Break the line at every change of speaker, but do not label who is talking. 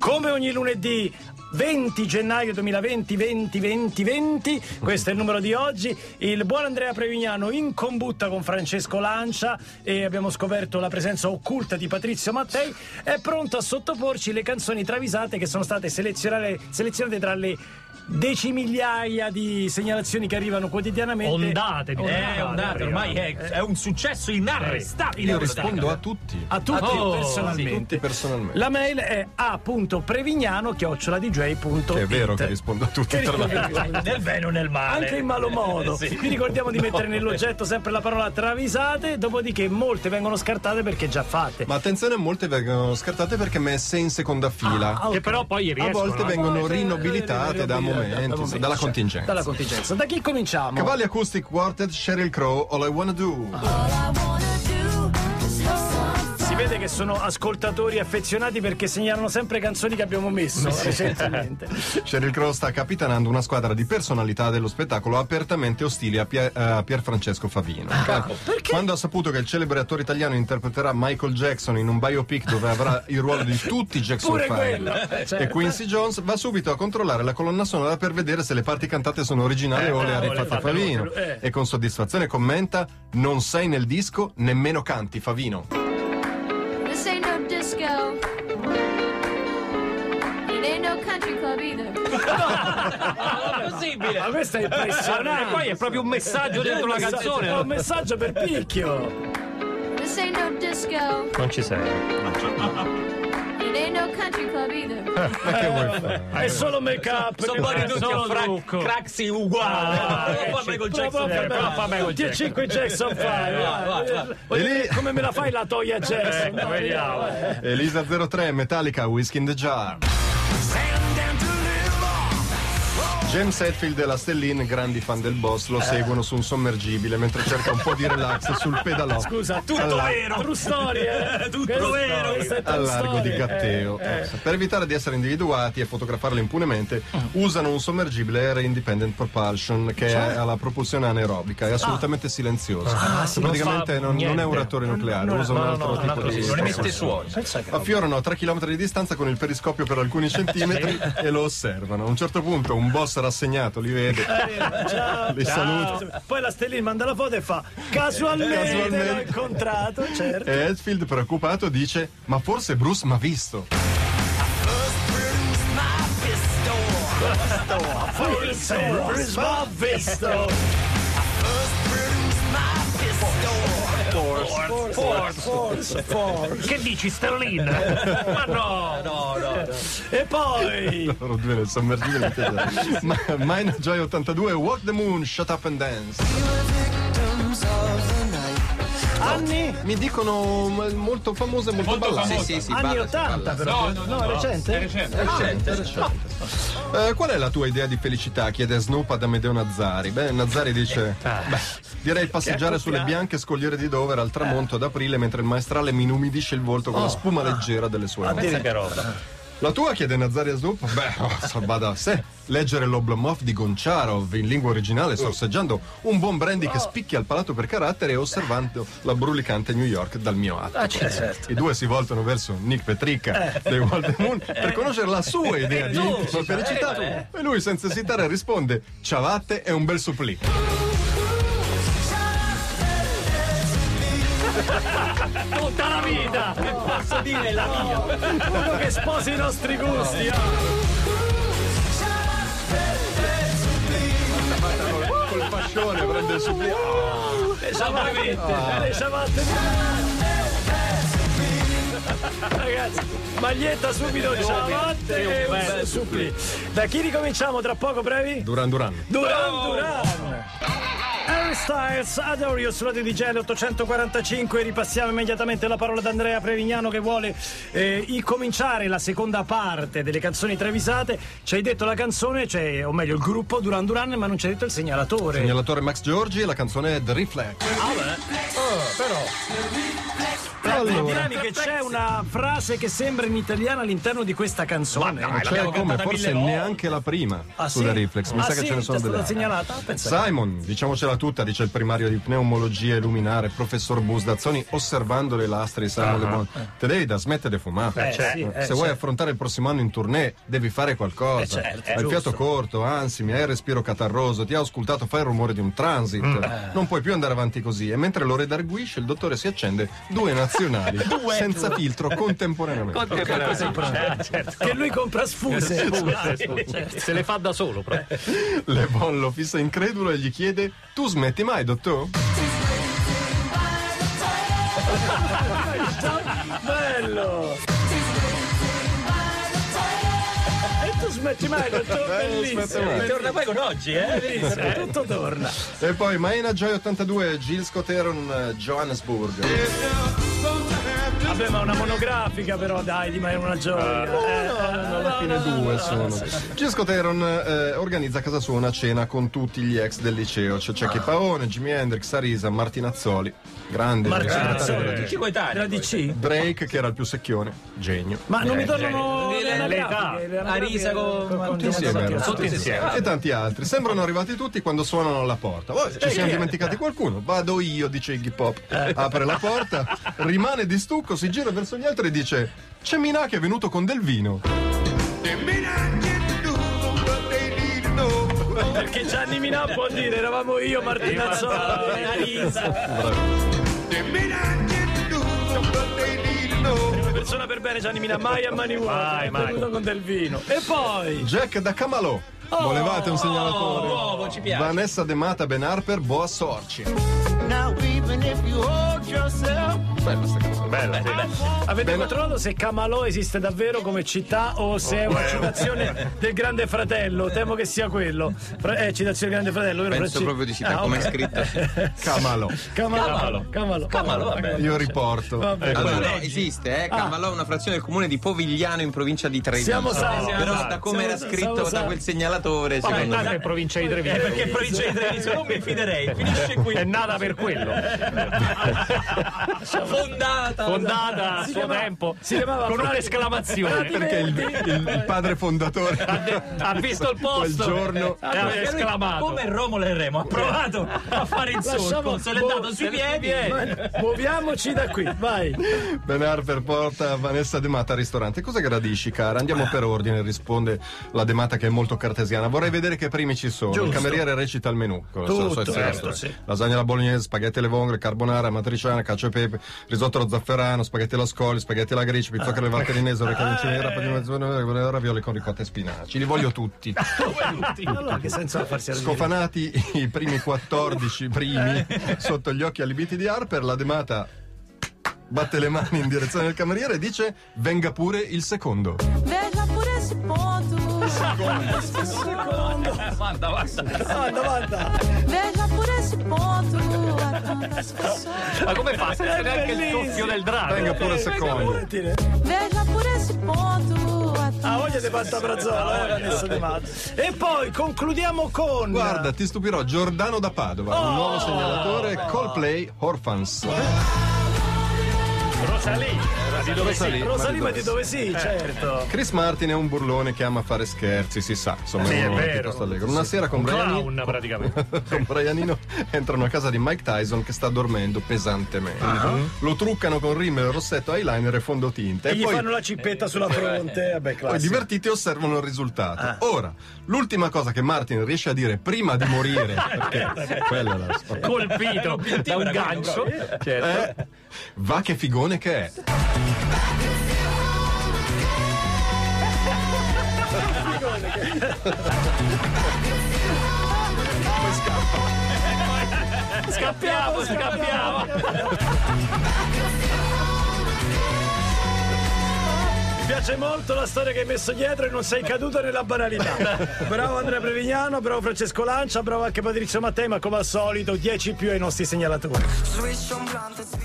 come ogni lunedì 20 gennaio 2020 20 20 20 questo è il numero di oggi il buon Andrea Prevignano in combutta con Francesco Lancia e abbiamo scoperto la presenza occulta di Patrizio Mattei è pronto a sottoporci le canzoni travisate che sono state selezionate, selezionate tra le decimigliaia di segnalazioni che arrivano quotidianamente
Ondate di
Eh, ondate, ormai è, è un successo inarrestabile.
Eh. Io rispondo a tutti.
a tutti
Oh,
A tutti
personalmente
personalmente.
la mail è a.prevignano@dj.it.
Che è vero che rispondo a tutti. Tra l'altro.
Nel bene o nel male.
anche in malo modo.
Eh, sì.
Vi ricordiamo di mettere nell'oggetto sempre la parola travisate, dopodiché molte vengono scartate perché già fatte.
Ma attenzione, molte vengono scartate perché messe in seconda fila.
Ah, ok.
Che però poi
A
riescono.
volte
eh.
vengono
Poi, eh,
rinobilitate da
rinobilitate,
momenti,
momenti,
dalla
cioè,
contingenza.
Dalla contingenza. Da chi cominciamo?
Cavalli Acoustic Quartet, Sheryl Crow, All I Wanna Do.
Si vede che sono ascoltatori affezionati perché segnalano sempre canzoni che abbiamo messo recentemente.
Sheryl Crow sta capitanando una squadra di personalità dello spettacolo apertamente ostili a, Pia- a Pierfrancesco Favino.
Ah,
Cioè, Quando ha saputo che il celebre attore italiano interpreterà Michael Jackson in un biopic dove avrà il ruolo di tutti i Jackson
Pure quello,
Five
certo.
e Quincy Jones, va subito a controllare la colonna sonora per vedere se le parti cantate sono originali o le ha
Eh, o le
rifatte
fatte
Favino.
lui, eh.
E con soddisfazione commenta: Non sei nel disco, nemmeno canti, Favino.
This ain't no disco. It ain't no country club either.
Ah, non è
Ma
possibile.
questo è impressionante.
E poi è proprio un messaggio dentro la
È un
canzone.
messaggio per picchio.
This ain't no disco.
Non ci sei.
It ain't no country club either.
Ma che vuoi fare?
È solo make up.
Somebody do your
Solo
frac-
trucco.
craxi uguale.
Eh,
Poi Michael Jackson.
Prova a
prova a
fare
fare Michael
tutti e
Jackson.
cinque Jackson fai, Eh, vai.
vai,
Voglio
E lì-
dire, Eh, Come me la fai la toglia Jackson? Eh,
Ecco, vediamo.
Elisa 03, Metallica, Whiskey in the Jar. James Hetfield e la Stellin, grandi fan del boss, lo seguono su un sommergibile mentre cerca un po' di relax sul pedalò
Scusa, tutto
Alla-
vero. True story, eh.
Tutto
Questo-
vero.
questa è true
al largo
story,
di Gatteo.
eh, eh.
Per evitare di essere individuati e fotografarli impunemente, usano un sommergibile Air Independent Propulsion che è alla propulsione anaerobica, è assolutamente silenzioso. Praticamente
fa
non, non
niente.
è un reattore nucleare, usa un altro tipo di
Non
propulsione.
emette suoni.
Affiorano a 3 km di distanza con il periscopio per alcuni centimetri e lo osservano. A un certo punto un boss rassegnato li vede, li saluta.
Ah, Poi la Stellina manda la foto e fa casualmente,
Casualmente.
l'ho incontrato, certo.
E Hetfield, preoccupato, dice: Ma forse Bruce m'ha visto.
Forse va visto. Forse, forse, forse.
Che dici, Sterlin? Ma no!
No, no, no.
E poi
Loro due nel sommergibile. mi piace. Ma Mine Joy 82, Walk the Moon, Shut Up and Dance.
anni
Mi dicono m- molto famose e molto,
Molto
ballate.
famose. Sì,
anni 80 però.
No, no, no, no.
recente.
Eh, qual è la tua idea di felicità? chiede Snoop ad Amedeo Nazzari. Beh, Nazzari
Eh,
dice:
ah,
beh, Direi passeggiare sulle bianche scogliere di Dover al
Eh.
tramonto ad aprile mentre il maestrale mi inumidisce il volto con la spuma leggera delle sue onde.
Oh. Ah, Pensa che roba.
La tua chiede Nazzari a Snoop? Beh, oh, so, va da sé. Leggere l'Oblomov di Gonciarov in lingua originale, sorseggiando un buon brandy che spicchia il palato per carattere e osservando la brulicante New York dal mio atto.
Esatto.
I due si voltano verso Nick
Eh.
Petricca dei Walden Moon per conoscere la sua idea di intima
cioè,
felicità
eh,
e lui senza esitare risponde ciabatte e un bel supplì.
Tutta la vita! E posso dire la mia! Uno che sposi i nostri gusti! ah.
Col fascione prende il supplì. Ah.
Le ciabatte! ah. Eh, Le ciabatte! Ragazzi, maglietta subito, ciabatte e un bel supplì. Da chi ricominciamo tra poco, brevi?
Duran Duran.
Duran Duran! Harry Styles, Adore You sulla DJ 845 ripassiamo immediatamente la parola ad Andrea Prevignano che vuole eh, i- cominciare la seconda parte delle canzoni travisate ci hai detto la canzone, cioè, o meglio il gruppo Duran Duran ma non ci hai detto il segnalatore
Segnalatore Max Giorgi e la canzone è The Reflex. Ah, beh. però.
Devo
Allora,
dirmi che c'è una frase che sembra in italiano all'interno di questa canzone.
non c'è Cioè, come, forse neanche la prima
Ah,
sulle
sì?
reflex. Mi
Ah,
sa
sì?
che ce ne sono
Ti è
delle
stata
altre.
segnalata? Pensa che-
Simon, diciamocela tutta, dice il primario di pneumologia illuminare, professor Busdazzoni, osservando le lastre di Samuel Le Bon. Te devi da smettere di fumare.
Ah, Eh, sì, eh,
Se
certo.
vuoi affrontare il prossimo anno in tournée, devi fare qualcosa.
Eh, certo,
hai il
giusto.
fiato corto, ansimi, hai il respiro catarroso, ti ha auscultato fai il rumore di un transit.
Mm.
Non puoi più andare avanti così. E mentre lo redarguisce, il dottore si accende due nazionali senza filtro contemporaneamente. Eh, certo.
Che lui compra sfuse.
Cioè, Se le fa da solo proprio.
Le Bon lo fissa incredulo e gli chiede: Tu smetti mai, dottore?
Bello! E tu smetti mai, dottor?
smetto
Bellissimo.
mai.
Torna poi con oggi, eh?
Bellissimo, tutto torna.
E poi Maena Joy 82, Gilles Coteron, eh, Johannesburg.
Vabbè, ma una monografica però, dai, di mai una gioia. Eh,
alla fine due sono. Gilles Coteron eh, organizza a casa sua una cena con tutti gli ex del liceo. C'è Cecchi Paone, Jimi Hendrix, Sarisa, Martinazzoli. Grande
Martinazzoli.
segretario della DC.
Tutti coetanei.
La
poi.
DC?
Drake, che era il più secchione, genio.
Ma non mi tornano
cioè,
le
l'età.
anagrafiche, le anagrafiche
Arisaco,
con- con-
Tutti insieme,
con-
erano.
con-
Tutti insieme.
E tanti altri. Sembrano arrivati tutti quando suonano alla porta. Oh, ci siamo dimenticati qualcuno. Vado io, dice Iggy Pop. Apre la porta, rimane di stucco, si gira verso gli altri e dice: C'è Minà che è venuto con del vino.
Perché Gianni Minà può dire, eravamo io, Martinazzoli, Arisa. Una persona per bene, Gianni Minà, mai a mani vuote. È
mai.
venuto con del vino. E poi...
Jack da Camalò. Volevate un segnalatore?
Nuovo, ci piace.
Vanessa De Mata Ben Harper, Boa Sorci. Bella sta canzone.
Bella, sì.
Avete
Bene.
controllato se Camalò esiste davvero come città o se è una citazione del Grande Fratello? Temo che sia quello. Fra- È citazione del Grande Fratello, vero?
Penso
Franci-
proprio di città,
Ah,
come è
ok.
scritto. sì.
Camalò.
Camalò. Camalò.
Camalo, vabbè.
Io riporto.
Vabbè.
Ecco.
Allora,
leggi? Ah.
esiste, eh, Camalò è una frazione del comune di Povigliano in provincia di Treviso.
Siamo salvi.
Però da come era
Siamo-
scritto
siamo
da
salvi.
quel segnalatore,
Ma è
secondo
nata
me.
in provincia di
Eh,
Treviso.
perché in provincia di Treviso non mi fiderei. Finisce qui.
È nata per quello.
Fondata.
Fondata a
Si
suo
chiama-
tempo.
si chiamava
con
Fra-
un'esclamazione.
Perché il, il- il padre fondatore
Ha, de- ha visto il
quel
posto. Eh,
Eh,
giorno
E ha
Ah, Perché lui,
esclamato.
Come Romolo e Remo ha provato a fare il
Lasciamo-
solco, se l'è dato
boh,
sui piedi.
Ma- Muoviamoci da qui, vai.
Ben Harper porta Vanessa De Mata al ristorante. Cosa gradisci, cara? Andiamo per ordine, risponde la De Mata che è molto cartesiana. Vorrei vedere che primi ci sono. Il cameriere recita il menù. con la sua- la sua
Tutto, certo,
estrazione.
sì.
Lasagna alla bolognese, spaghetti alle vongole, carbonara, matriciana, cacio e pepe, risotto allo zafferano, spaghetti alla scoglia, spaghetti alla gricia,
Ah.
pizzocca alle valtellinese, orecchioncini nera, panino mezzogiorno, ravioli con ricotta e spinaci. Li voglio tutti.
Allora, che senso ha farsi arrabbiare?
Scofanati i primi 14 primi sotto gli occhi allibiti di Harper, la demata batte le mani in direzione del cameriere e dice venga pure il secondo.
Veja por esse ponto.
Guarda, guarda.
Guarda, guarda.
Veja por esse ponto. Há tantas pessoas.
Ma come fa senza
È
neanche il
bellissimo.
soffio del drago?
Venga pure il secondo.
Sentire.
Veja por esse ponto. Há
Ha
tantas
voglia di pasta brazzola, eh, Vanessa De Mato. E poi concludiamo con.
Guarda, ti stupirò, Giordano da Padova,
Oh,
un nuovo segnalatore, Coldplay Orphans.
Rosalì. Di dove sei?
Rosalì, ma
ma
di
di
dove sì, certo.
Chris Martin è un burlone che ama fare scherzi, si sa, insomma,
Sì, è
uno
vero.
piuttosto allegro. Una sera con Brian
Clown praticamente.
con Brianino entrano a casa di Mike Tyson che sta dormendo pesantemente.
Ah.
Lo truccano con rimel, rossetto, eyeliner e fondotinta.
E
E,
gli
poi,
fanno la cippetta sulla fronte. Vabbè,
poi
classico.
divertiti osservano il risultato. Ora, l'ultima cosa che Martin riesce a dire prima di morire, perché quella è la
Colpito da un gancio. Certo.
è, va che figone che è.
Scappiamo, scappiamo.
Mi piace molto la storia che hai messo dietro e non sei caduto nella banalità. bravo Andrea Prevignano, bravo Francesco Lancia, bravo anche Patrizio Mattei, ma come al solito 10 più ai nostri segnalatori.
Swish on blunt and speed